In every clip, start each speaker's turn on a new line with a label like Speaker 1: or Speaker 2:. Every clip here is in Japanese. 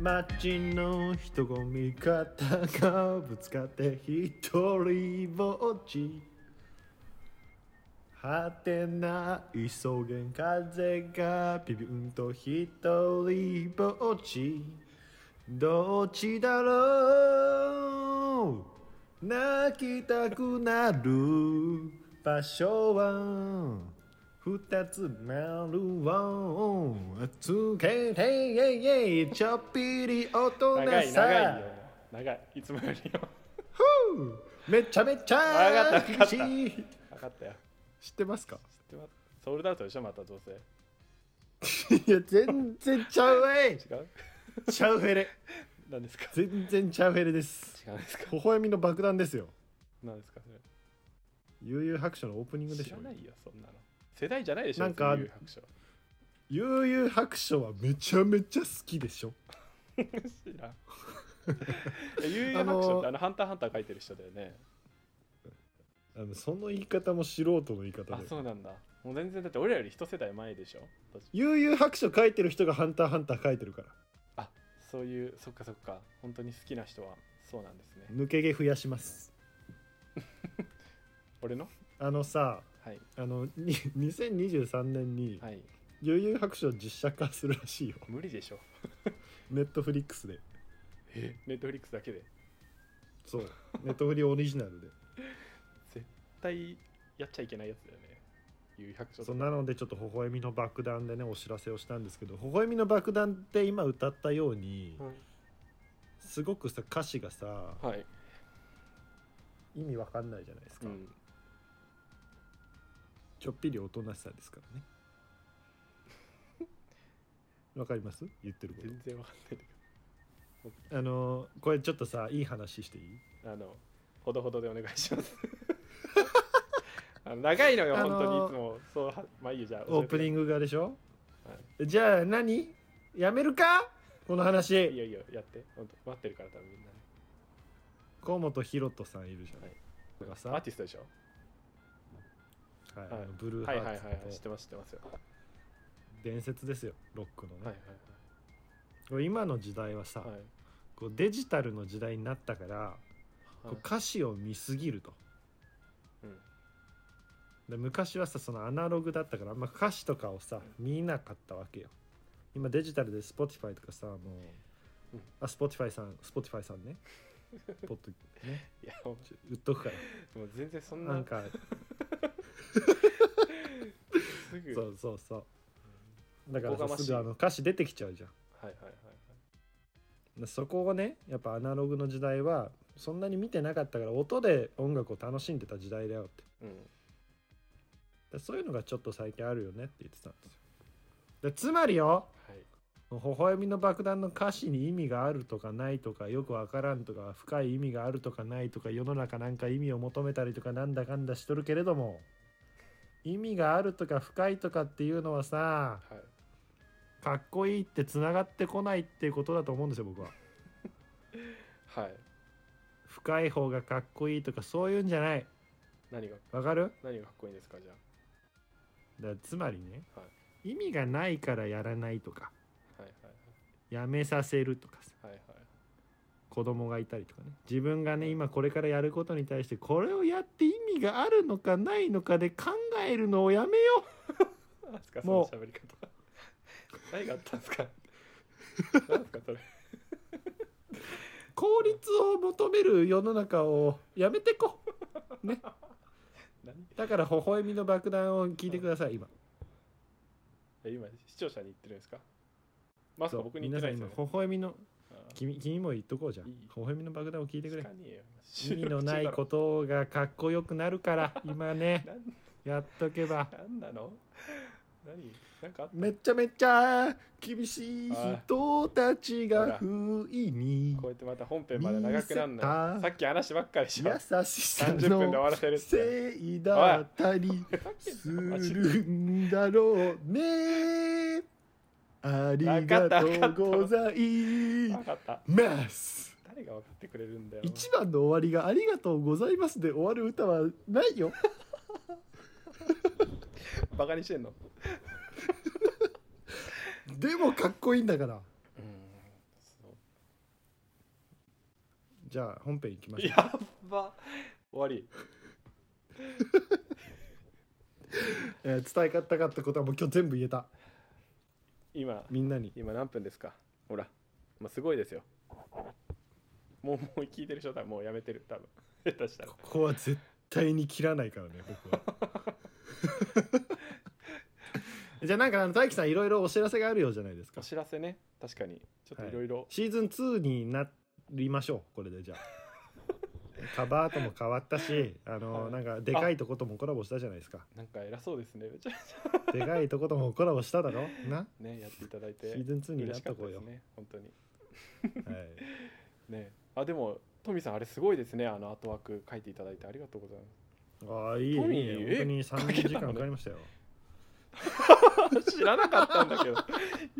Speaker 1: 街の人混み肩がぶつかって一人ぼっちはてな草原風がビビンと一人ぼっちどっちだろう泣きたくなる場所は二つ丸をつけてちょっぴり大人
Speaker 2: 長い長いよ
Speaker 1: さ
Speaker 2: 長いいつもよりよ
Speaker 1: ふうめちゃめち
Speaker 2: わか
Speaker 1: ゃ
Speaker 2: ったわかった
Speaker 1: 厳しい
Speaker 2: 分かったよ
Speaker 1: 知ってますか
Speaker 2: でもソールドアウトでしょまたどうせ違
Speaker 1: いや全然ちゃうわいうちゃうフェレ
Speaker 2: 何ですか
Speaker 1: 全然ちゃうフェレです
Speaker 2: 違うんですか
Speaker 1: 微笑みの爆弾ですよ
Speaker 2: 何ですかそ
Speaker 1: 悠々白書のオープニング
Speaker 2: れ
Speaker 1: で
Speaker 2: 知
Speaker 1: しょ
Speaker 2: らないよそんなの世代じゃないでしょ
Speaker 1: なんか
Speaker 2: 悠々白書
Speaker 1: 悠々白書はめちゃめちゃ好きでしょ
Speaker 2: 知 らんいや悠々白書ってあの「ハンターハンター」書いてる人だよね
Speaker 1: あのその言い方も素人の言い方
Speaker 2: あ
Speaker 1: で
Speaker 2: そうなんだもう全然だって俺らより一世代前でしょ私
Speaker 1: 悠々白書書いてる人が「ハンターハンター」書いてるから
Speaker 2: あそういうそっかそっか本当に好きな人はそうなんですね
Speaker 1: 抜け毛増やします
Speaker 2: 俺の
Speaker 1: あのさ
Speaker 2: はい
Speaker 1: あのに2023年に
Speaker 2: はい
Speaker 1: 悠々白書を実写化するらしいよ
Speaker 2: 無理でしょ
Speaker 1: ネットフリックスで
Speaker 2: えネットフリックスだけで
Speaker 1: そうネットフリオリジナルで
Speaker 2: 絶対やっちゃいけないやつだよね悠々白書と
Speaker 1: そうなのでちょっと微笑みの爆弾でねお知らせをしたんですけど微笑みの爆弾って今歌ったように
Speaker 2: はい
Speaker 1: すごくさ歌詞がさ
Speaker 2: はい、
Speaker 1: 意味わかんないじゃないです
Speaker 2: う
Speaker 1: か、
Speaker 2: ん、
Speaker 1: ちょっぴり大人しさですからね わかります言ってるこ
Speaker 2: 全然わかんないんだけ
Speaker 1: とあのこれちょっとさいい話していい
Speaker 2: どあのほどほどでお願いします あの長いのよ、
Speaker 1: あの
Speaker 2: 本当にいつもそうはまあいいよじゃあ
Speaker 1: オープニ
Speaker 2: ン
Speaker 1: ングがでしょ、
Speaker 2: は
Speaker 1: じゃあ何やめるかこの
Speaker 2: いい
Speaker 1: 話
Speaker 2: よいいよやって本当待ってるから多分みんなね
Speaker 1: 河本ひろとさんいるじゃない、がさ、
Speaker 2: ア
Speaker 1: は
Speaker 2: ーティストでしょ
Speaker 1: い
Speaker 2: はい
Speaker 1: あのブルーハ
Speaker 2: はいはい
Speaker 1: ー
Speaker 2: はいはい
Speaker 1: ツ
Speaker 2: 知っ
Speaker 1: と
Speaker 2: てます知ってますよはい
Speaker 1: 伝説ですよロックのね、
Speaker 2: はい
Speaker 1: これ今の時代はさ、
Speaker 2: はいはい
Speaker 1: こうデジタルの時代になったから、こう歌詞を見すぎると
Speaker 2: うん
Speaker 1: で昔はさそのアナログだったからあんま歌詞とかをさ見なかったわけよ今デジタルで Spotify とかさもう、
Speaker 2: うん
Speaker 1: あ Spotify さん Spotify さん ねポッドね
Speaker 2: いやもう
Speaker 1: ちょ言っとくから
Speaker 2: もう全然そんな
Speaker 1: なんか
Speaker 2: すぐ
Speaker 1: そうそうそうだから
Speaker 2: おこが
Speaker 1: さ
Speaker 2: ましい
Speaker 1: すぐあの歌詞出てきちゃうじゃん
Speaker 2: はいはいはいはい
Speaker 1: でそこをねやっぱアナログの時代はそんなに見てなかったから音で音楽を楽しんでた時代だよって
Speaker 2: うん
Speaker 1: でそういうのがちょっと最近あるよねって言ってたんですよでつまりよ
Speaker 2: はい
Speaker 1: 「微笑みの爆弾」の歌詞に意味があるとかないとかよくわからんとか深い意味があるとかないとか世の中なんか意味を求めたりとかなんだかんだしとるけれども意味があるとか深いとかっていうのはさ
Speaker 2: はい
Speaker 1: かっこいいってつながってこないっていうことだと思うんですよ僕は
Speaker 2: はい
Speaker 1: 深い方がかっこいいとかそういうんじゃない
Speaker 2: 何が
Speaker 1: わかる
Speaker 2: 何がかっこいいんですかじゃ
Speaker 1: だからつまりね
Speaker 2: あは
Speaker 1: 意味がないからやらないとか
Speaker 2: いはい
Speaker 1: やめさせるとかさ
Speaker 2: はいはいはい
Speaker 1: 子供がいたりとかね自分がね今これからやることに対してこれをやって意味があるのかないのかで考えるのをやめよ
Speaker 2: なんすかそ
Speaker 1: も
Speaker 2: の
Speaker 1: う
Speaker 2: 喋り方 何があったんですか 何ですかそれ
Speaker 1: う効率を求める世の中をやめてこ
Speaker 2: 何
Speaker 1: だから微笑みの爆弾を聞いてください今
Speaker 2: え今視聴者に言ってるんですかまさ
Speaker 1: そ
Speaker 2: か
Speaker 1: う
Speaker 2: 僕に
Speaker 1: 皆
Speaker 2: 言って
Speaker 1: さ
Speaker 2: なんいです
Speaker 1: 今微笑
Speaker 2: よね
Speaker 1: みの
Speaker 2: あー
Speaker 1: 君君も言っとこうじゃん
Speaker 2: い
Speaker 1: 微
Speaker 2: い
Speaker 1: 笑みの爆弾を聞いてくれ
Speaker 2: 聞かねえよ
Speaker 1: 意味のないことがかっこよくなるから今ね
Speaker 2: なん
Speaker 1: やっとけば
Speaker 2: なんなの何なんかあっ
Speaker 1: めちゃめちゃ厳しい人たちが不意に
Speaker 2: こうやってまた本編まで長くなん
Speaker 1: 見
Speaker 2: な
Speaker 1: せた
Speaker 2: いさっき話ばっかりし
Speaker 1: 優
Speaker 2: ょ
Speaker 1: しさ
Speaker 2: 30分で終
Speaker 1: の
Speaker 2: わらせるって
Speaker 1: せいだったりするんだろうねありがとうござい
Speaker 2: 分かった
Speaker 1: ます
Speaker 2: 誰が分かってくれるんだよ
Speaker 1: 一番の終わりが「ありがとうございます」で終わる歌はないよ
Speaker 2: バカにしてんの
Speaker 1: でもかっこいいんだから
Speaker 2: うんそう
Speaker 1: じゃあ本編いきましょう
Speaker 2: やっば終わり
Speaker 1: えー伝えたかったことはもう今日全部言えた
Speaker 2: 今
Speaker 1: みんなに
Speaker 2: 今何分ですかほら、まあ、すごいですよもうもう聞いてる人はもうやめてる多分 下手したら
Speaker 1: ここは絶対に切らないからね僕は じゃあなんかあの大樹さんいろいろお知らせがあるようじゃないです
Speaker 2: お
Speaker 1: か
Speaker 2: 知らせね確かにちょっといろいろ
Speaker 1: シーズン2になりましょうこれでじゃあカバーとも変わったしあの、
Speaker 2: はい
Speaker 1: なんかでかいとこともコラボしたじゃないですか
Speaker 2: なんか偉そうですね めちゃめち
Speaker 1: でかいとこともコラボしただろな
Speaker 2: ゃねやっていただい
Speaker 1: シ
Speaker 2: て
Speaker 1: ーズン2に
Speaker 2: 嬉
Speaker 1: なっ
Speaker 2: しか
Speaker 1: と
Speaker 2: った
Speaker 1: こう
Speaker 2: で
Speaker 1: よ
Speaker 2: す、ね本当に
Speaker 1: はい、
Speaker 2: ねあでもトミーさんあれすごいですねあのアートワーク書いていただいてありがとうござい
Speaker 1: ああいいいい
Speaker 2: トミー
Speaker 1: ね本当に
Speaker 2: かけ
Speaker 1: 3
Speaker 2: た
Speaker 1: 時間かかりましたよ
Speaker 2: ま す知らなかったんだけど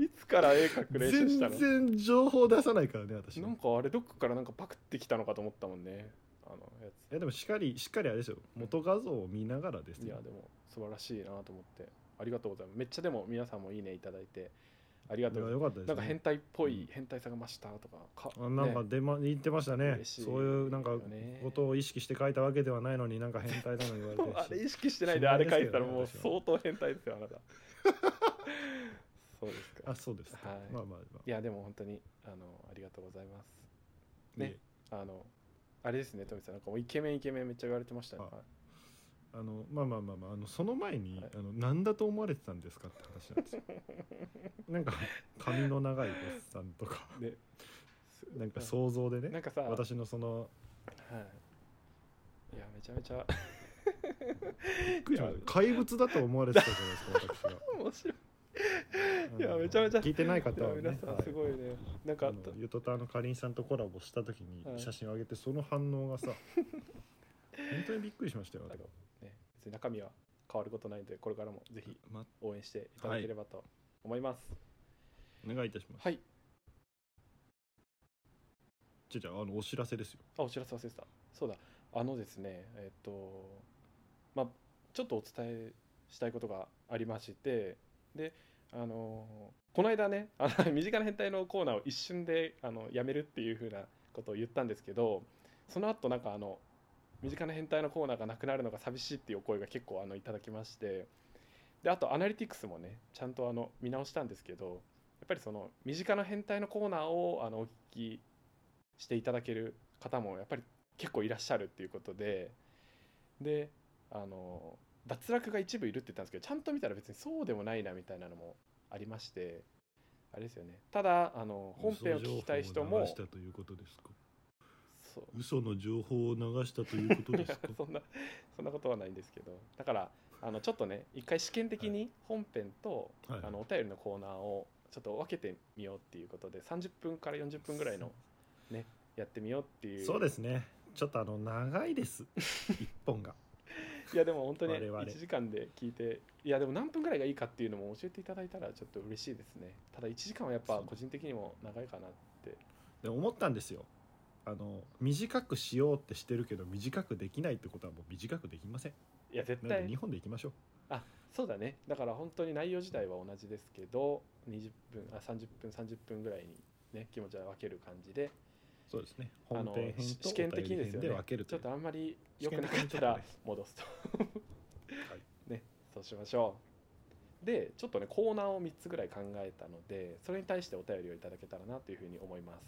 Speaker 2: いつから絵描く練習した
Speaker 1: 全
Speaker 2: の
Speaker 1: 然情報出さないからね私
Speaker 2: なんかあれどっかからなんかパクってきたのかと思ったもんねあのやつ
Speaker 1: いやでもしっかりしっかりあれですよ元画像を見ながらです
Speaker 2: いや
Speaker 1: よ
Speaker 2: でも素晴らしいなと思ってありがとうございますめっちゃでも皆さんもいいねいただいてありが
Speaker 1: い
Speaker 2: と
Speaker 1: や
Speaker 2: うござい
Speaker 1: よかったです、
Speaker 2: ますなんか変態っぽい、
Speaker 1: うん
Speaker 2: 変態さが増したとか
Speaker 1: あなんか
Speaker 2: ね
Speaker 1: 出、ま、言ってましたね
Speaker 2: 嬉しい
Speaker 1: そういうなんか
Speaker 2: よね
Speaker 1: ことを意識して書いたわけではないのになんか変態だの言われてる
Speaker 2: あれ
Speaker 1: し
Speaker 2: 意識してないであれ書いてたらもう
Speaker 1: 心
Speaker 2: 相当変態ですよ あなたそうですか
Speaker 1: あそうです、
Speaker 2: はい
Speaker 1: まあまあま
Speaker 2: いやでも本当にあのありがとうございます
Speaker 1: あ、
Speaker 2: ね
Speaker 1: いえ
Speaker 2: あのあれですねトミさんなんかもうイケメンイケメンめっちゃ言われてましたね、
Speaker 1: あ
Speaker 2: はい
Speaker 1: あのまあまあまあまああのその前に、
Speaker 2: はい
Speaker 1: あの何だと思われてたんですかって話なんです よなんか髪の長いおっさんと か
Speaker 2: で
Speaker 1: なんか想像で
Speaker 2: うな
Speaker 1: ね
Speaker 2: んかさ
Speaker 1: 私のその
Speaker 2: はいいやめちゃめちゃ
Speaker 1: びっくりしました怪物だと思われてたじゃないですか
Speaker 2: 面白い
Speaker 1: 私
Speaker 2: いや
Speaker 1: はあの
Speaker 2: めちゃめちゃ
Speaker 1: 聞いてない
Speaker 2: い
Speaker 1: 方
Speaker 2: や
Speaker 1: は、ね、
Speaker 2: 皆さんすごいね、なんか
Speaker 1: あ
Speaker 2: あっ
Speaker 1: の
Speaker 2: た
Speaker 1: ゆとたわのかりんさんとコラボした時に
Speaker 2: はい
Speaker 1: 写真を上げてその反応 がさ本当にびっくりしましたよ
Speaker 2: あのね別に中身は変わることないのでこれからもぜひ
Speaker 1: ま
Speaker 2: 応援していただければと思います
Speaker 1: お願いいたします
Speaker 2: はい、
Speaker 1: じゃあじゃああのお知らせですよ
Speaker 2: あお知らせ忘れてたそうだあのですねえっとまあちょっとお伝えしたいことがありましてであのこの間ねあの 身近な変態のコーナーを一瞬であのやめるっていうふうなことを言ったんですけどその後なんかあの身近な変態のコーナーがなくなるのが寂しいっていうお声が結構あのいただきましてであとアナリティクスもねちゃんとあの見直したんですけどやっぱりその身近な変態のコーナーをあのお聞きしていただける方もやっぱり結構いらっしゃるっていうことでであの脱落が一部いるって言ったんですけどちゃんと見たら別にそうでもないなみたいなのもありましてあれですよねただあの本編を聞きたい人も
Speaker 1: 嘘情報を流したということですか
Speaker 2: そう
Speaker 1: 嘘の情報を流したということですか
Speaker 2: そんなそんなことはないんですけどだからあのちょっとね一回試験的に本編と、
Speaker 1: はい
Speaker 2: あのお便りのコーナーをちょっと分けてみようっていうことで30分から40分ぐらいのねやってみようっていう
Speaker 1: そうですねちょっとあの長いです一本が
Speaker 2: いやでも本当に
Speaker 1: 我々
Speaker 2: 1時間で聞いていやでも何分ぐらいがいいかっていうのも教えていただいたらちょっと嬉しいですねただ1時間はやっぱ個人的にも長いかなって
Speaker 1: で思ったんですよあの短くしようってしてるけど短くできないってことはもう短くできません
Speaker 2: いや絶
Speaker 1: なので
Speaker 2: 対
Speaker 1: 2本でいきましょう
Speaker 2: そうだねだから本当に内容自体は同じですけど20分あ30分30分ぐらいにね気持ちは分ける感じで
Speaker 1: そうですね
Speaker 2: あ
Speaker 1: 本
Speaker 2: の
Speaker 1: 編編
Speaker 2: し
Speaker 1: と
Speaker 2: 試験的に
Speaker 1: お便り
Speaker 2: です
Speaker 1: 編
Speaker 2: よね
Speaker 1: で分ける
Speaker 2: ち
Speaker 1: とい
Speaker 2: ょっ
Speaker 1: う
Speaker 2: とあんまり
Speaker 1: 試
Speaker 2: 良く
Speaker 1: 験
Speaker 2: な
Speaker 1: 的
Speaker 2: かっ
Speaker 1: にちょ
Speaker 2: た
Speaker 1: っとね
Speaker 2: ら戻すと
Speaker 1: はい
Speaker 2: ねそうしましょうでちょっとねコーナーを3つぐらい考えたのでそれに対してお便りをいただけたらなというふうに思います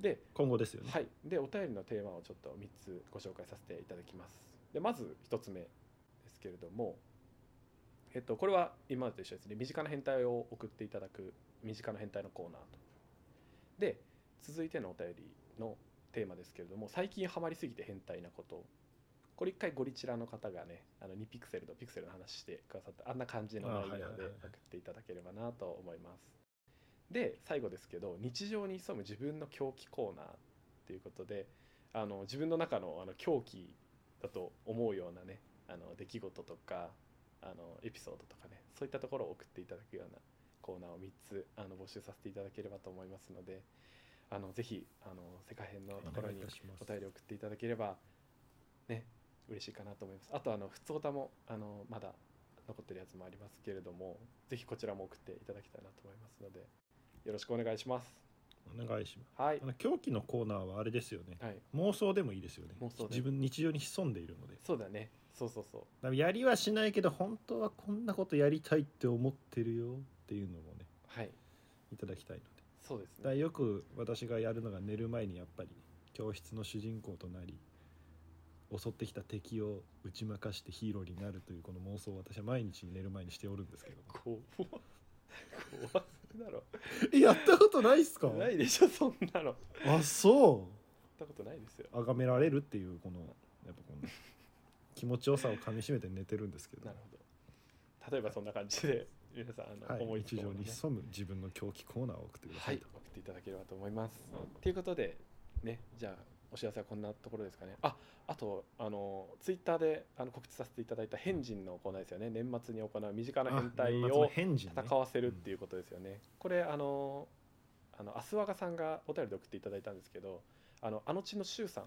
Speaker 2: で
Speaker 1: 今後ですよね
Speaker 2: はい、でお便りのテーマをちょっと3つご紹介させていただきますでまず1つ目ですけれども、えっと、これは今までと一緒ですね身近な変態を送っていただく身近な変態のコーナーとで続いてのお便りのテーマですけれども最近ハマりすぎて変態なことこれ一回ゴリチラの方がねあの2ピクセルとピクセルの話してくださったあんな感じの
Speaker 1: あ
Speaker 2: 内容
Speaker 1: はい
Speaker 2: で
Speaker 1: はいはいはい
Speaker 2: 送っていただければなと思いますで最後ですけど日常に潜む自分の狂気コーナーっていうことであの自分の中のあの狂気だと思うようなねあの出来事とかあのエピソードとかねそういったところを送っていただくようなコーナーを3つあの募集させていただければと思いますのであのぜひあの世界編のところに
Speaker 1: お願いいたします
Speaker 2: お便りを送っていただければね嬉しいかなと思いますあとあの普通歌もあのまだ残ってるやつもありますけれどもぜひこちらも送っていただきたいなと思いますのでよろしくお願いします
Speaker 1: お願いします
Speaker 2: はい
Speaker 1: あの狂気のコーナーはあれですよね
Speaker 2: はい
Speaker 1: 妄想でもいいですよね
Speaker 2: 妄想で
Speaker 1: 自分日常に潜んでいるので
Speaker 2: そうだねそうそうそう
Speaker 1: だからやりはしないけど本当はこんなことやりたいって思ってるよっていうのもね
Speaker 2: はい
Speaker 1: いただきたいので
Speaker 2: そうです
Speaker 1: だから
Speaker 2: ね
Speaker 1: よく私がやるのが寝る前にやっぱり教室の主人公となり襲ってきた敵を打ち負かしてヒーローになるというこの妄想を私は毎日寝る前にしておるんですけど
Speaker 2: 怖怖すぎだろ
Speaker 1: えやったことないっすか
Speaker 2: ないでしょそんなのやっ
Speaker 1: あそ
Speaker 2: たことないですよ
Speaker 1: う崇められるっていうこのやっぱこの気持ちよさをかみしめて寝てるんですけど
Speaker 2: なるほど例えばそんな感じで皆さんあの、
Speaker 1: はい、
Speaker 2: 思いつ
Speaker 1: 日
Speaker 2: く
Speaker 1: 常
Speaker 2: ものね
Speaker 1: に潜む自分の狂気コーナーを送ってくださ
Speaker 2: はいい
Speaker 1: と、、
Speaker 2: 送っていただければと思います。ということで、ね、じゃあ、お知らせはこんなところですかね。あ、あと、あの、ツイッターで、あの、告知させていただいた変人のコーナーですよね。年末に行う身近な
Speaker 1: あ
Speaker 2: 変態
Speaker 1: 年末の
Speaker 2: を
Speaker 1: 変人ね
Speaker 2: 戦わせるっていうことですよね。これ、あの、あの、アスワガさんがお便りで送っていただいたんですけど。あの、あのちのしゅうさん。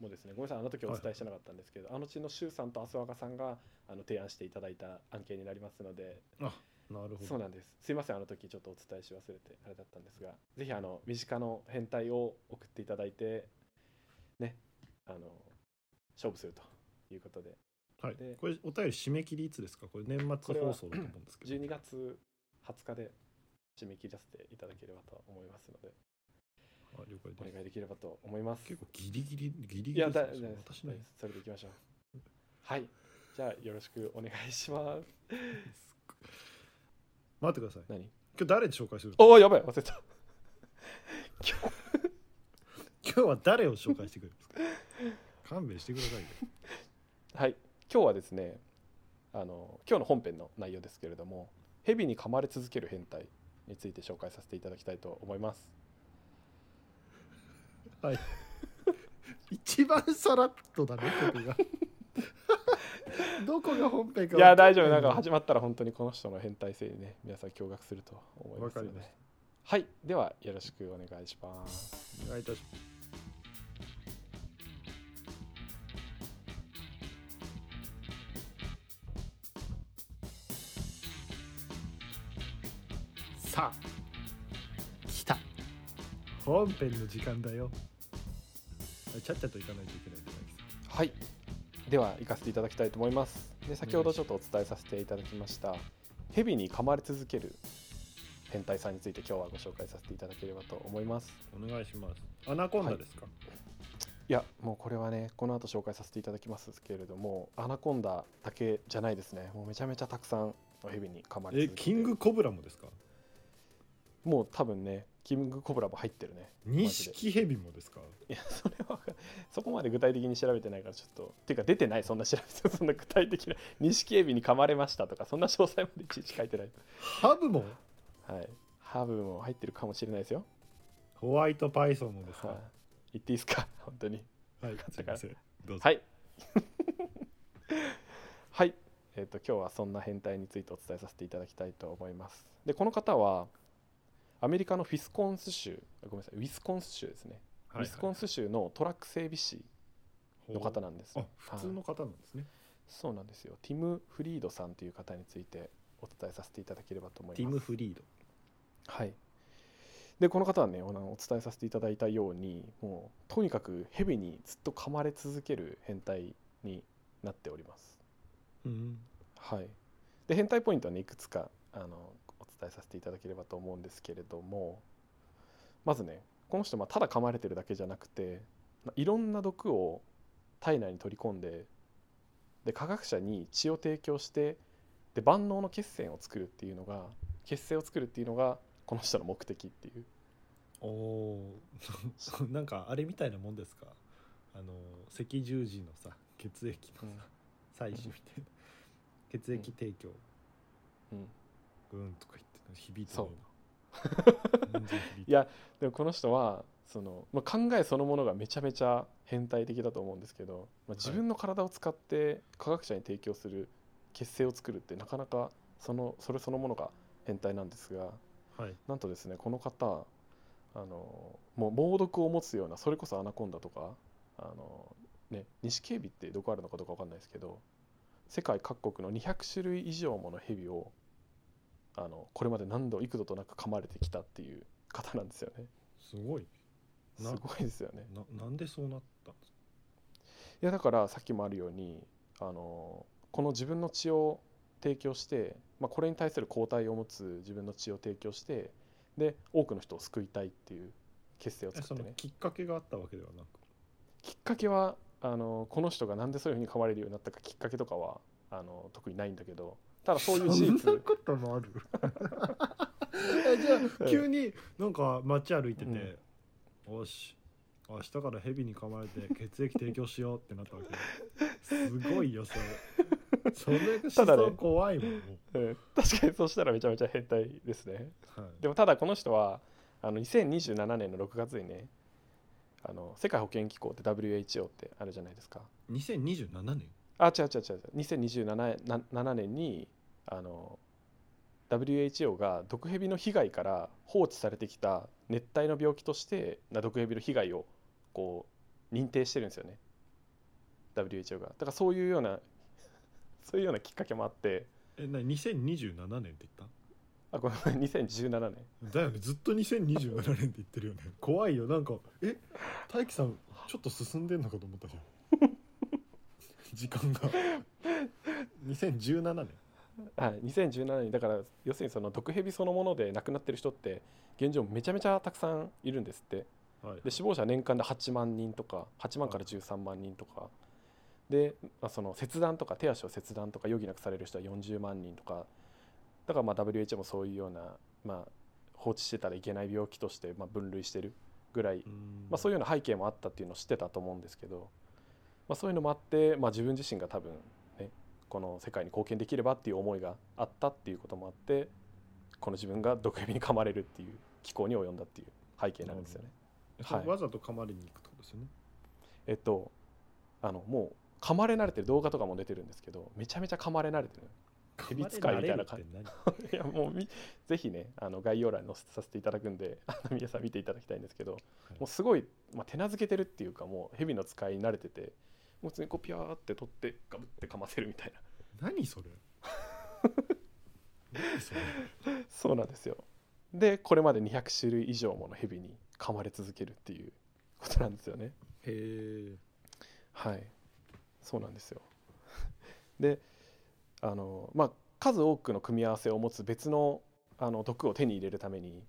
Speaker 2: もですね、ごめんなさい、あの時お伝えしてなかったんですけど、あのちのしゅうさんとアスワガさんが。あの、提案していただいた案件になりますので、
Speaker 1: なるほ
Speaker 2: そ
Speaker 1: ど
Speaker 2: うなんです。すいません、あの時ちょっとお伝えし忘れてあれだったんですが、ぜひあの身近の変態を送っていただいてね、あの勝負するということで、
Speaker 1: はい
Speaker 2: で、
Speaker 1: これお便り締め切りいつですかこれ年末放送だと思うんですけど
Speaker 2: 12月20日で締め切らせていただければと思いますので、
Speaker 1: あ了解
Speaker 2: お
Speaker 1: です
Speaker 2: 願いできればと思います。
Speaker 1: 結構ギリギリギリギリ
Speaker 2: いやだ
Speaker 1: ですね
Speaker 2: だ
Speaker 1: 私の
Speaker 2: だそれでいきましょう。はい、じゃあよろしくお願いします。
Speaker 1: 待ってください
Speaker 2: 何？
Speaker 1: 今日誰で紹介す る
Speaker 2: おおやばい忘れた。
Speaker 1: 今日は誰を紹介してくれますか勘弁してくださいよ
Speaker 2: はい、今日はですねあの今日の本編の内容ですけれども蛇に噛まれ続ける変態について紹介させていただきたいと思います
Speaker 1: はい一番さらっとだねこ こがどこが本編か
Speaker 2: いや大丈夫
Speaker 1: わ
Speaker 2: なん
Speaker 1: ん
Speaker 2: か
Speaker 1: ない
Speaker 2: 始まったら本当にこの人の変態性にね皆さん驚愕すると思いますの
Speaker 1: わかり
Speaker 2: で
Speaker 1: まし
Speaker 2: はいではよろしくお願いします
Speaker 1: お願いいたしますさあ来た本編の時間だよちゃっちゃと行かないといけないじゃ
Speaker 2: はいでは行かせていただきたいと思いますで先ほどちょっとお伝えさせていただきました蛇に噛まれ続ける変態さんについて今日はご紹介させていただければと思います
Speaker 1: ないですかお願いしますアナコンダですか、
Speaker 2: いやもうこれはねこの後紹介させていただきますけれどもアナコンダだけじゃないですねもうめちゃめちゃたくさんのヘビに噛まれ
Speaker 1: え
Speaker 2: 続けて
Speaker 1: キングコブラもですか
Speaker 2: もう多分ねキングコブラも入ってるね
Speaker 1: ニシキヘビもですか
Speaker 2: いや それはそこまで具体的に調べてないからちょっとていうか出てないそんな調べてそんな具体的な錦エビに噛まれましたとかそんな詳細までいちいち書いてない
Speaker 1: ハブも
Speaker 2: はいハーブも入ってるかもしれないですよ
Speaker 1: ホワイトパイソンもですか
Speaker 2: は
Speaker 1: はい
Speaker 2: 言っていいです か本当に
Speaker 1: い、すいませんどうぞ
Speaker 2: はい。 はい。えっ、と今日はそんな変態についてお伝えさせていただきたいと思います。でこの方はアメリカのフィスコンス州あごめんなさいウィスコンス州ですね、
Speaker 1: はいはい
Speaker 2: ウィスコンス州のトラック整備士の方なんです。
Speaker 1: あ普通
Speaker 2: は
Speaker 1: の
Speaker 2: い
Speaker 1: 方なんですね、
Speaker 2: そうなんですよ。ティムフリードさんという方についてお伝えさせていただければと思います。
Speaker 1: ティム・フリード
Speaker 2: はい、でこの方はねおお伝えさせていただいたようにもうとにかく蛇にずっと噛まれ続ける変態になっております。
Speaker 1: うん
Speaker 2: はい、で変態ポイントはねいくつかあのお伝えさせていただければと思うんですけれどもまずねこの人まあただ噛まれてるだけじゃなくてまあいろんな毒を体内に取り込んでで科学者に血を提供してで万能の血栓を作るっていうのが血清を作るっていうのがこの人の目的っていう
Speaker 1: おお なんかあれみたいなもんですかあの赤十字のさ血液のさ、採取みたいな血液提供
Speaker 2: うん、
Speaker 1: グーンとか言って響いて
Speaker 2: そう
Speaker 1: う響い
Speaker 2: い やでもこの人はその、まあ、考えそのものがめちゃめちゃ変態的だと思うんですけど、まあ、
Speaker 1: い
Speaker 2: 自分の体を使って科学者に提供する血清を作るってなかなかそのそれそのものが変態なんですが
Speaker 1: はい
Speaker 2: なんとですねこの方あのもう猛毒を持つようなそれこそアナコンダとかあの、ね、錦エビって毒あるのかどうかわかんないですけど世界各国の200種類以上ものヘビをあのこれまで何度幾度となく噛まれてきたっていう方なんですよね。
Speaker 1: すすごいね
Speaker 2: す
Speaker 1: な
Speaker 2: ごいですよね
Speaker 1: ななんでそうなったんですか
Speaker 2: いやだからさっきもあるようにあのこの自分の血を提供して、まあ、これに対する抗体を持つ自分の血を提供してで多くの人を救いたいっていう結成を
Speaker 1: え
Speaker 2: 作
Speaker 1: そ
Speaker 2: って
Speaker 1: の
Speaker 2: ね
Speaker 1: きっかけがあったわけではなく
Speaker 2: きっかけはあのこの人がなんでそういうふうに飼われるようになったかきっかけとかはあの特にないんだけどただそういう事
Speaker 1: そん
Speaker 2: 実
Speaker 1: なこともある え じゃ
Speaker 2: う
Speaker 1: あ
Speaker 2: ん
Speaker 1: 急になんか街歩いて
Speaker 2: う
Speaker 1: て
Speaker 2: ん
Speaker 1: 「おし明日からヘビに噛まれて血液提供しよう」ってなったわ けすごいよそれそれが
Speaker 2: ただ
Speaker 1: 思想
Speaker 2: ね
Speaker 1: 怖いもん、
Speaker 2: うん確かにそうしたらめちゃめちゃ変態ですね
Speaker 1: はい、
Speaker 2: でもただこの人はあの2027年の6月にねあの世界保健機構って WHO ってあるじゃないですか
Speaker 1: 2027年
Speaker 2: あ違う違う違う違う2027な年にあの WHO が毒ヘビの被害から放置されてきた熱帯の病気としてな毒ヘビの被害をこう認定してるんですよね WHO がだからそういうような そういうようなきっかけもあって
Speaker 1: えな2027年って言っ
Speaker 2: あごめんごめん2017年
Speaker 1: ただよねずっと2027年って言ってる よね怖いよなんかえ大樹さんちょっと進んでんのかと思ったじゃん 時間が2017年
Speaker 2: はい、2017年だから要するにその毒蛇そのもので亡くなってる人って現状めちゃめちゃたくさんいるんですって
Speaker 1: はい
Speaker 2: で死亡者年間で8万人とか8万から13万人とかで、まあ、その切断とか手足を切断とか余儀なくされる人は40万人とかだからまあ WHO もそういうような、まあ、放置してたらいけない病気としてまあ分類してるぐらいまあ、そう
Speaker 1: い
Speaker 2: いうような背景もあったっていうのを知ってたと思うんですけど、まあ、そういうのもあって、まあ、自分自身が多分ねこの世界に貢献できればっていう思いがあったっていうこともあってこの自分が毒蛇に噛まれるっていう気候に及んだっていう背景なんですよね。
Speaker 1: うそれ
Speaker 2: はい
Speaker 1: わざと噛まれに行くってことですよね
Speaker 2: えっとあのもう噛まれ慣れてる動画とかも出てるんですけどめちゃめちゃ噛まれ慣れてる蛇使いみたいな感じ
Speaker 1: 噛まれ慣れるって
Speaker 2: いやもうみぜひねあの概要欄に載せさせていただくんで あの皆さん見ていただきたいんですけど、もうすごい、まあ、手なずけてるっていうかもう蛇の使いに慣れててもう普通にこうピャーって取ってガブってかませるみたい
Speaker 1: 何何それ何それ
Speaker 2: な そうなんですよでこれまで200種類以上もの蛇に噛まれ続けるっていうことなんですよね
Speaker 1: へえ
Speaker 2: はいそうなんですよ であのまあ数多くの組み合わせを持つ別のあの毒を手に入れるために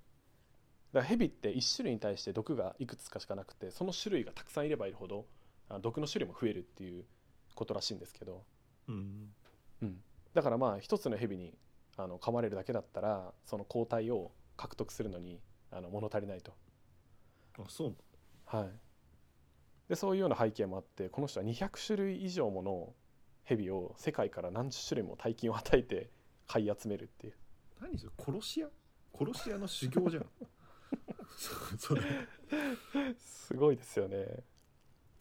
Speaker 2: だから蛇って1種類に対して毒がいくつかしかなくてその種類がたくさんいればいるほどあ毒の種類も増えるっていうことらしいんですけど、
Speaker 1: うん
Speaker 2: うん、だからまあ一つの蛇にあの噛まれるだけだったらその抗体を獲得するのにあの物足りないと
Speaker 1: あそうなん
Speaker 2: はい、でそういうような背景もあってこの人は200種類以上もの蛇を世界から何十種類も大金を与えて買い集めるっていう
Speaker 1: 何それ殺し屋殺し屋の修行 じゃんそそれ
Speaker 2: すごいですよね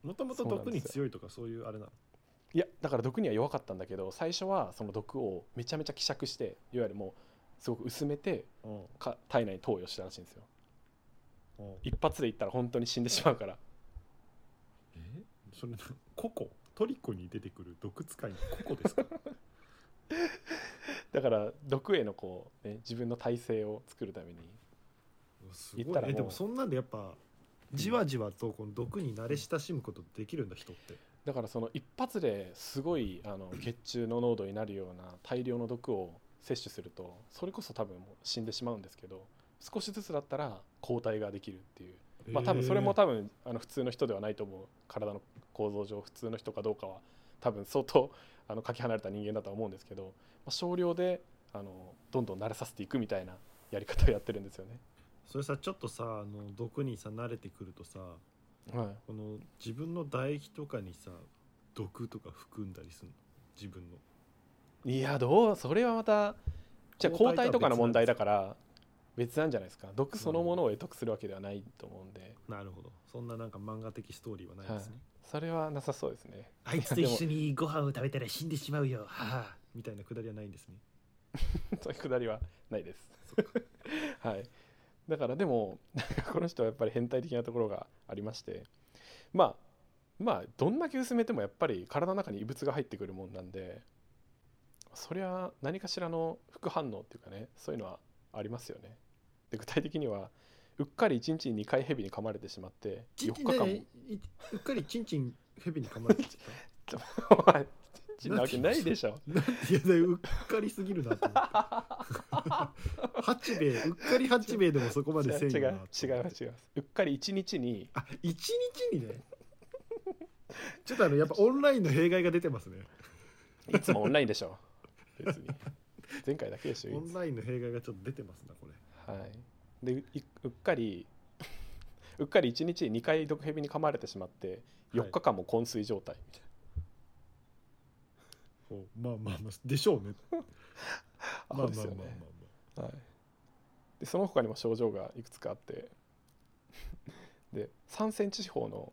Speaker 1: もともと毒に強いとかそういうあれなの
Speaker 2: いやだから毒には弱かったんだけど最初はその毒をめちゃめちゃ希釈していわゆるもうすごく薄めて
Speaker 1: うん
Speaker 2: か体内に投与したらしいんですよ
Speaker 1: うん
Speaker 2: 一発でいったら本当に死んでしまうから
Speaker 1: えそれなココトリコに出てくる毒使いのココ ですか
Speaker 2: だから毒へのこう、ね、自分の耐性を作るために
Speaker 1: す
Speaker 2: 言
Speaker 1: ご
Speaker 2: っ
Speaker 1: い
Speaker 2: たら
Speaker 1: ね
Speaker 2: もう
Speaker 1: でもそんなんでやっぱじわじわとこの毒に慣れ親しむことできるんだ人って
Speaker 2: だからその一発ですごいあの血中の濃度になるような大量の毒を摂取するとそれこそ多分もう死んでしまうんですけど少しずつだったら抗体ができるっていうまあ多分それも多分あの普通の人ではないと思う体の構造上普通の人かどうかは多分相当あのかけ離れた人間だとは思うんですけど、まあ、少量であのどんどん慣れさせていくみたいなやり方をやってるんですよね。
Speaker 1: それさちょっとさあの毒にさ慣れてくるとさ
Speaker 2: はい、
Speaker 1: この自分の唾液とかにさ毒とか含んだりするの自分の
Speaker 2: いやどうそれはまたじゃあ
Speaker 1: 抗
Speaker 2: 抗
Speaker 1: 体
Speaker 2: 体
Speaker 1: と
Speaker 2: と
Speaker 1: は別なんですか
Speaker 2: かの問題だから別なんじゃないですか毒そのものを得得するわけではないと思うんで、
Speaker 1: なるほどそんななんか漫画的ストーリーはないですね、
Speaker 2: それはなさそうですね
Speaker 1: あいつと一緒にご飯を食べたら死んでしまうよははみたいなくだりはないんですね
Speaker 2: そういうくだりはないですはいだからでもなんかこの人はやっぱり変態的なところがありましてまあまあどんだけ薄めてもやっぱり体の中に異物が入ってくるもんなんでそりゃ何かしらの副反応っていうかねそういうのはありますよねで具体的にはうっかり1日に2回ヘビに噛まれてしまって
Speaker 1: ち
Speaker 2: 4
Speaker 1: んち
Speaker 2: 日
Speaker 1: ん
Speaker 2: 間も
Speaker 1: 何いいうっかりチンチン蛇に噛まれてた
Speaker 2: お 前チンチンなわけないでしょ
Speaker 1: なんていやだうっかりすぎるなと思って八兵衛うっかり八兵衛でもそこま
Speaker 2: 違
Speaker 1: で
Speaker 2: う
Speaker 1: せん
Speaker 2: 違
Speaker 1: よ
Speaker 2: う
Speaker 1: な
Speaker 2: 違う違ううっかり1日に
Speaker 1: あ一日にねちょっとあのやっぱオンラインの弊害が出てますね
Speaker 2: いつもオンラインでし ょ別に前回だけでしょ
Speaker 1: オ
Speaker 2: 唯
Speaker 1: ン
Speaker 2: 一
Speaker 1: ラインの弊害がちょっと出てますなこれ
Speaker 2: はい、でういうっかりうっかり1日に2回毒蛇に噛まれてしまって
Speaker 1: はい
Speaker 2: 4日間も昏睡状態みたい
Speaker 1: こうまあまあまあでしょうねま
Speaker 2: な、
Speaker 1: あまあ
Speaker 2: アホ
Speaker 1: ま
Speaker 2: で
Speaker 1: すあ
Speaker 2: よ
Speaker 1: まあ
Speaker 2: ね
Speaker 1: まあ
Speaker 2: はい、でその他にも症状がいくつかあってで3センチ四方の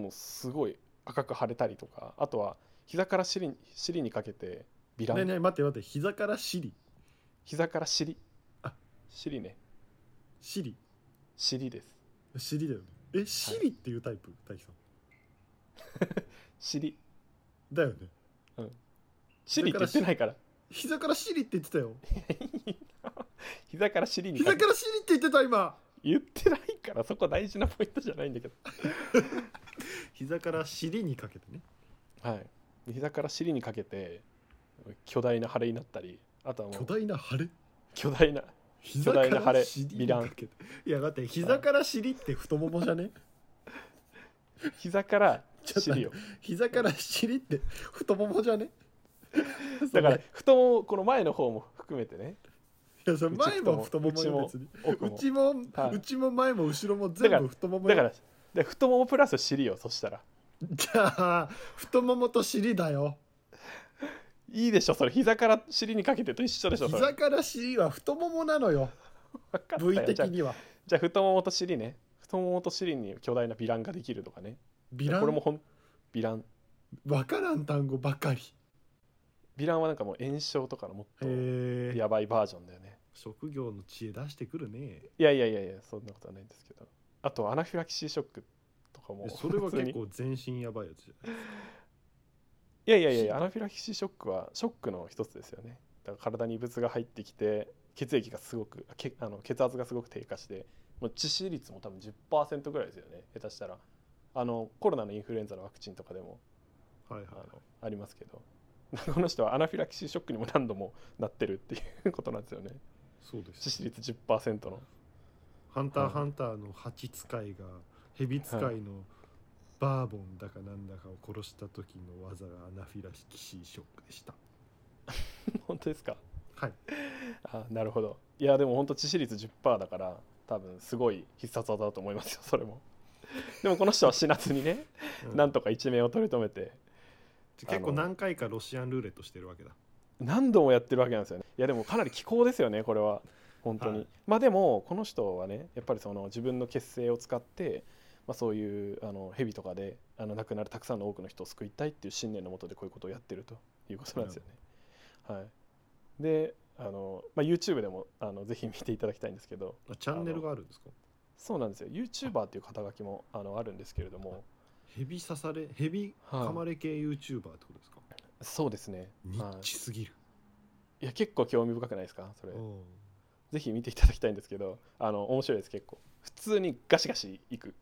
Speaker 2: もうすごい赤く腫れたりとかあとは膝から尻に尻にかけてビラ
Speaker 1: ねえ
Speaker 2: ン、
Speaker 1: ねえ待って待って膝から尻
Speaker 2: 膝から尻
Speaker 1: あ
Speaker 2: 尻ね
Speaker 1: 尻
Speaker 2: 尻です
Speaker 1: 尻だよねえ尻っていうタイプ大樹さん
Speaker 2: 尻
Speaker 1: だよね
Speaker 2: 尻って言ってないから
Speaker 1: 膝から尻って言ってたよ
Speaker 2: 膝から尻にか
Speaker 1: 膝
Speaker 2: けて
Speaker 1: から尻って言ってた今
Speaker 2: 言ってないからそこ大事なポイントじゃないんだけど、
Speaker 1: 膝から尻にかけてね
Speaker 2: はい、で膝から尻にかけて巨大な腫れになったりあとはも
Speaker 1: 巨
Speaker 2: う
Speaker 1: 大な腫れ
Speaker 2: 巨大な
Speaker 1: 膝
Speaker 2: 大な
Speaker 1: か
Speaker 2: 腫
Speaker 1: ら
Speaker 2: れ
Speaker 1: 尻にかけていやだって膝から尻って太ももじゃね
Speaker 2: 膝から
Speaker 1: ちょっと待
Speaker 2: 尻
Speaker 1: っ
Speaker 2: を
Speaker 1: 膝から尻って太ももじゃね
Speaker 2: だから
Speaker 1: い
Speaker 2: 太ももこの前の方も含めてね
Speaker 1: やそれ前も太ももよ別に
Speaker 2: 奥
Speaker 1: う
Speaker 2: も
Speaker 1: ちも
Speaker 2: はいう
Speaker 1: ちも前も後ろも全
Speaker 2: だか
Speaker 1: 部
Speaker 2: ら
Speaker 1: 太もも
Speaker 2: だか
Speaker 1: よ
Speaker 2: らで太ももプラス尻よそしたら
Speaker 1: じゃあ太ももと尻だよ
Speaker 2: いいでしょそれ膝から尻にかけてと一緒でしょそれ
Speaker 1: 膝から尻は太ももなの よ
Speaker 2: 分かった
Speaker 1: 部位
Speaker 2: よ
Speaker 1: 的
Speaker 2: じゃあ
Speaker 1: には
Speaker 2: じゃあ太ももと尻ね太ももと尻に巨大なビランができるとかね
Speaker 1: ビラ
Speaker 2: これも
Speaker 1: ン
Speaker 2: ほんビラン
Speaker 1: 分からん単語ばかり
Speaker 2: ビランはなんかもう炎症とかのもっと
Speaker 1: へえ
Speaker 2: やばいバージョンだよね
Speaker 1: 職業の知恵出してくるね
Speaker 2: いやいやいやいやそんなことはないんですけどあとアナフィラキシーショックとかも
Speaker 1: えそれは
Speaker 2: 普通に
Speaker 1: 結構全身やばいやつじゃない
Speaker 2: いやいやいやいやアナフィラキシーショックはショックの一つですよねだから体に異物が入ってきて血液がすごくけあの血圧がすごく低下してもう致死率も多分10%ぐらいですよね下手したらあのコロナのインフルエンザのワクチンとかでも
Speaker 1: はいはい
Speaker 2: あのありますけど この人はアナフィラキシーショックにも何度もなってるっていうことなんですよね
Speaker 1: そうです
Speaker 2: 致死率10%の
Speaker 1: ハンター
Speaker 2: はい
Speaker 1: ハンターの蜂使いが蛇使いの
Speaker 2: はい
Speaker 1: バーボンだかなんだかを殺した時の技がアナフィラキシーショックでした。
Speaker 2: 本当ですか
Speaker 1: はい。
Speaker 2: あなるほどいやでも本当致死率10%だから多分すごい必殺技だと思いますよそ れもでもこの人は死なずにね
Speaker 1: うん
Speaker 2: なんとか一命を取り留めて
Speaker 1: 結構
Speaker 2: あの
Speaker 1: 何回かロシアンルーレットしてるわけだ。
Speaker 2: 何度もやってるわけなんですよねいやでもかなり気候ですよねこれは本当に、
Speaker 1: はい
Speaker 2: まあでもこの人はねやっぱりその自分の血清を使って、まあ、そういうあの蛇とかであの亡くなるたくさんの多くの人を救いたいっていう信念のもとでこういうことをやってるということなんですよね、はいであの、まあ、YouTube でもあのぜひ見ていただきたいんですけど
Speaker 1: あチャンネルがあるんですか
Speaker 2: そうなんですよ YouTuber っていう肩書きもあのあるんですけれども、
Speaker 1: 蛇刺され、蛇噛ま
Speaker 2: はい
Speaker 1: れ系 YouTuber ってことですか、
Speaker 2: そうですね、
Speaker 1: ニ
Speaker 2: は
Speaker 1: ッチすぎる。
Speaker 2: い、いや結構興味深くないですかそれ
Speaker 1: うん
Speaker 2: ぜひ見ていただきたいんですけどあの面白いです結構普通にガシガシいく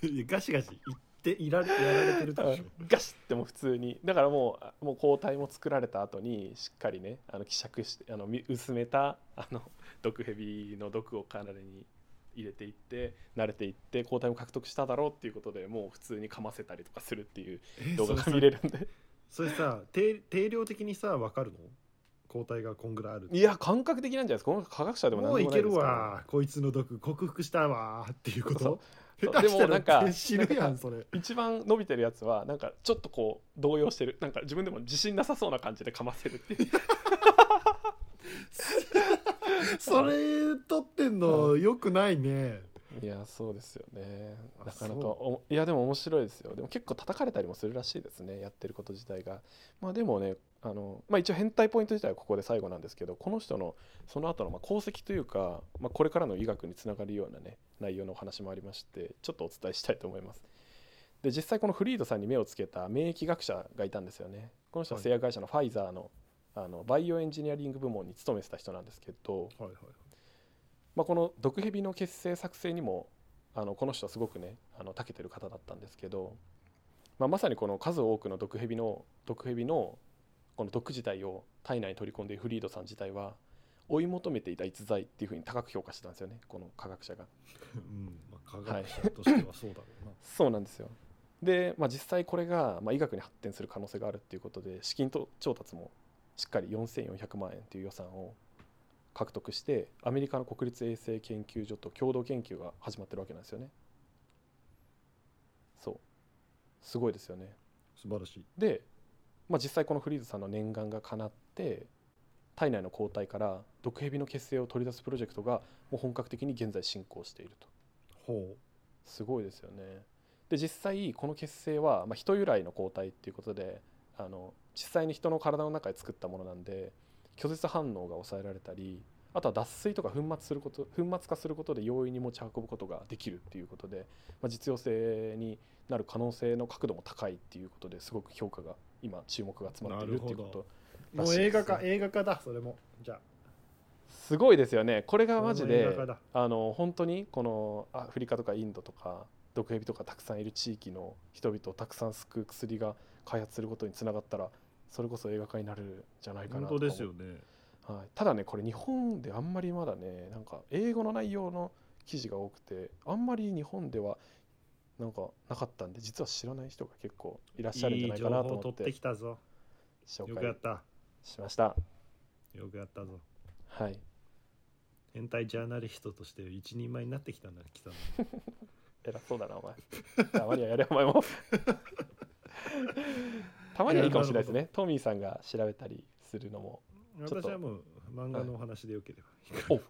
Speaker 1: いやガシガシ言っていられやられてるってことでしょ
Speaker 2: ガシってもう普通にだからもうあもう抗体も作られた後にしっかりねあの希釈してあのみ薄めたあの毒蛇の毒を体に入れていって慣れていって抗体も獲得しただろうっていうことでもう普通に噛ませたりとかするっていう
Speaker 1: え
Speaker 2: 動
Speaker 1: そ
Speaker 2: 画
Speaker 1: れ
Speaker 2: が
Speaker 1: さ
Speaker 2: 見れるんで
Speaker 1: それさ定、定量的にさ、わかるの抗体がこんぐらいあるって
Speaker 2: いや感覚的なんじゃないですかこの科学者でも何
Speaker 1: もうい
Speaker 2: でもない
Speaker 1: け
Speaker 2: で
Speaker 1: る
Speaker 2: すから
Speaker 1: わこいつの毒克服したわっていうこ
Speaker 2: そ
Speaker 1: と
Speaker 2: うそう
Speaker 1: 下手した
Speaker 2: でもなん
Speaker 1: ら
Speaker 2: か
Speaker 1: 死ぬや
Speaker 2: なんんか
Speaker 1: そ れ
Speaker 2: 一番伸びてるやつはなんかちょっとこう動揺してるなんか自分でも自信なさそうな感じでかませるっていう
Speaker 1: それ取ってんのよくないね
Speaker 2: いやそうですよね
Speaker 1: あ
Speaker 2: なかなか
Speaker 1: そ
Speaker 2: おいやでも面白いですよでも結構叩かれたりもするらしいですねやってること自体がまあでもねあの、まあ、一応変態ポイント自体はここで最後なんですけどこの人のその後のまあ功績というか、まあ、これからの医学につながるようなね内容のお話もありましてちょっとお伝えしたいと思いますで実際このフリードさんに目をつけた免疫学者がいたんですよねこの人は製薬会社のファイザーの,、あのバイオエンジニアリング部門に勤めてた人なんですけど
Speaker 1: はいはい
Speaker 2: まあ、この毒蛇の結成作成にもあのこの人はすごくねあの長けてる方だったんですけど、まあ、まさにこの数多くの毒蛇の毒蛇のこの毒自体を体内に取り込んでいるフリードさん自体は追い求めていた逸材っていうふうに高く評価してたんですよねこの科学者が。
Speaker 1: うんまあ、科学者としてはそうだろうな、
Speaker 2: そうなんですよで、まあ、実際これが、まあ、医学に発展する可能性があるっていうことで資金と調達もしっかり4400万円という予算を獲得してアメリカの国立衛生研究所と共同研究が始まってるわけなんですよねそうすごいですよね
Speaker 1: 素晴らしい
Speaker 2: で、まあ、実際このフリーズさんの念願が叶って体内の抗体から毒蛇の血清を取り出すプロジェクトがもう本格的に現在進行していると
Speaker 1: ほ
Speaker 2: すごいですよね。で実際この血清は、まあ、人由来の抗体っていうことであの実際に人の体の中で作ったものなんで拒絶反応が抑えられたりあとは脱水とか粉末すること粉末化することで容易に持ち運ぶことができるっていうことで、まあ、実用性になる可能性の角度も高いっていうことですごく評価が今注目が集まっているっていうこ
Speaker 1: なるほ
Speaker 2: と
Speaker 1: うもう映画化映画化だそれもじゃあ
Speaker 2: すごいですよねこれがマジ
Speaker 1: それも
Speaker 2: で
Speaker 1: 映画化だ
Speaker 2: あの本当にこのアフリカとかインドとか毒蛇とかたくさんいる地域の人々をたくさん救う薬が開発することにつながったらそれこそ映画化になるんじゃないかな
Speaker 1: 本当
Speaker 2: とか
Speaker 1: ですよね
Speaker 2: 思う、はい、ただねこれ日本であんまりまだねなんか英語の内容の記事が多くてあんまり日本ではなんかなかったんで実は知らない人が結構いらっしゃるんじゃないかなと
Speaker 1: いい情報
Speaker 2: 思
Speaker 1: 取
Speaker 2: っ
Speaker 1: って
Speaker 2: て
Speaker 1: きたぞ
Speaker 2: 紹
Speaker 1: よくや
Speaker 2: 介
Speaker 1: った
Speaker 2: しました
Speaker 1: よくやったぞ
Speaker 2: はい
Speaker 1: 変態ジャーナリストとして一人前になってきたんだ来たの
Speaker 2: 偉そうだなお前たまにはやれお 前もたまにはいいかもしれないですねトミーさんが調べたりするのもちょっと
Speaker 1: 私はもう漫画のお話でよければいいか、
Speaker 2: お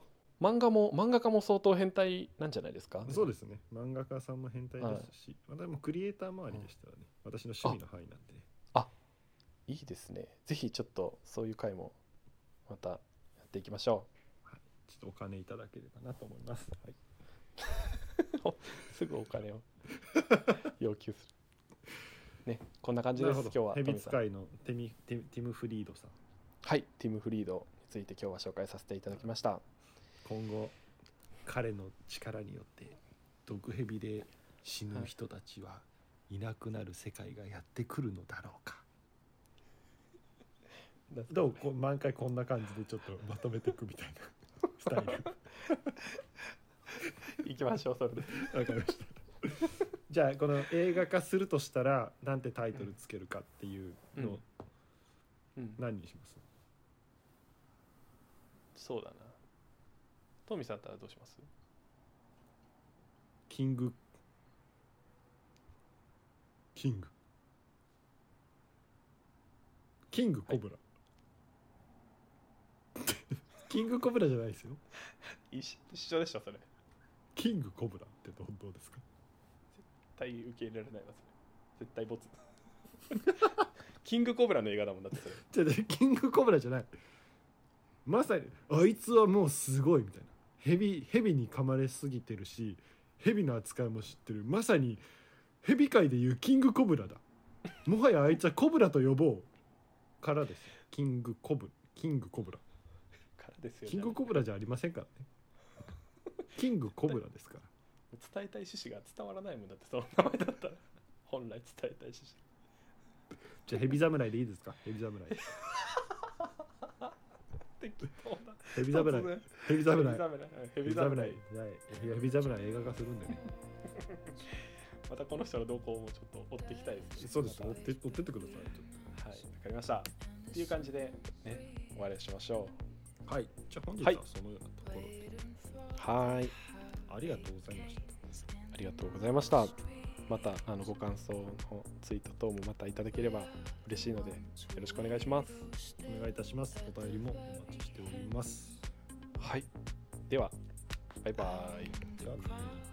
Speaker 2: 漫画も漫画家も相当変態なんじゃないですから
Speaker 1: そうですね漫画家さんも変態
Speaker 2: はい
Speaker 1: ですし、私もクリエイター周りでしたらね、私の趣味の範囲なんでね
Speaker 2: いいですねぜひちょっとそういう回もまたやっていきましょ
Speaker 1: ちょっとお金いただければなと思います、はい、
Speaker 2: うすぐお 金を要求するねこんな感じ
Speaker 1: な
Speaker 2: で
Speaker 1: る
Speaker 2: す
Speaker 1: ほ
Speaker 2: 今日は
Speaker 1: ど
Speaker 2: トミ
Speaker 1: 蛇
Speaker 2: ーさん
Speaker 1: 使いのテミティティム・フリードさん
Speaker 2: はいティム・フリードについて今日は紹介させていただきました
Speaker 1: 今後彼の力によって毒蛇で死ぬ人たちはいなくなる世界がやってくるのだろうか、どうこう毎回こんな感じでちょっとまとめていくみたいなス タイ
Speaker 2: 行きましょうそれで
Speaker 1: ルわかりました じゃあこの映画化するとしたらなんてタイトルつけるかっていうのを
Speaker 2: うんうん
Speaker 1: 何にします、
Speaker 2: そうだなトミーさんだったらどうします
Speaker 1: キングキングキングコブラ、 キングコブラじゃないですよ
Speaker 2: 一緒でしょそれ絶
Speaker 1: キングコブラってどうどうですか
Speaker 2: 対受け入れられないわそれ絶対ボツ キングコブラの映画だもんだってそれ
Speaker 1: じゃ キングコブラじゃないまさにあいつはもうすごいみたいなヘビヘビに噛まれすぎてるしヘビの扱いも知ってるまさにヘビ界でいうキングコブラだもはやあいつはコブラと呼ぼうからですよキングコブキングコブラ
Speaker 2: からですよね
Speaker 1: キングコブラじゃありませんからねキングコブラですから
Speaker 2: 伝えたい趣旨が伝わらないもんだってその名前だったら本来伝えたい趣旨
Speaker 1: じゃあヘビ侍でいいですかヘビ侍
Speaker 2: 適当な
Speaker 1: ヘビ侍
Speaker 2: 突然
Speaker 1: ヘビ侍
Speaker 2: ヘ
Speaker 1: ヘ
Speaker 2: ビ
Speaker 1: ビ
Speaker 2: 侍
Speaker 1: 侍はいヘビ侍映画化するんでね
Speaker 2: またこの人の動向もちょっと追っていきたいですね
Speaker 1: そうです
Speaker 2: ま
Speaker 1: 追って追ってってくださいちょっと
Speaker 2: たはいわかりましたっていう感じでね終わりにしましょ
Speaker 1: はい、じゃあ本日は
Speaker 2: は
Speaker 1: いそのようなところで、
Speaker 2: うはい
Speaker 1: ありがとうございました。
Speaker 2: ありがとうございました。またあのご感想のツイート等もまたいただければ嬉しいのでよろしくお願いします。
Speaker 1: お願いいたします。お便りもお待ちしております。
Speaker 2: はい。では、バイバイ。
Speaker 1: じゃあね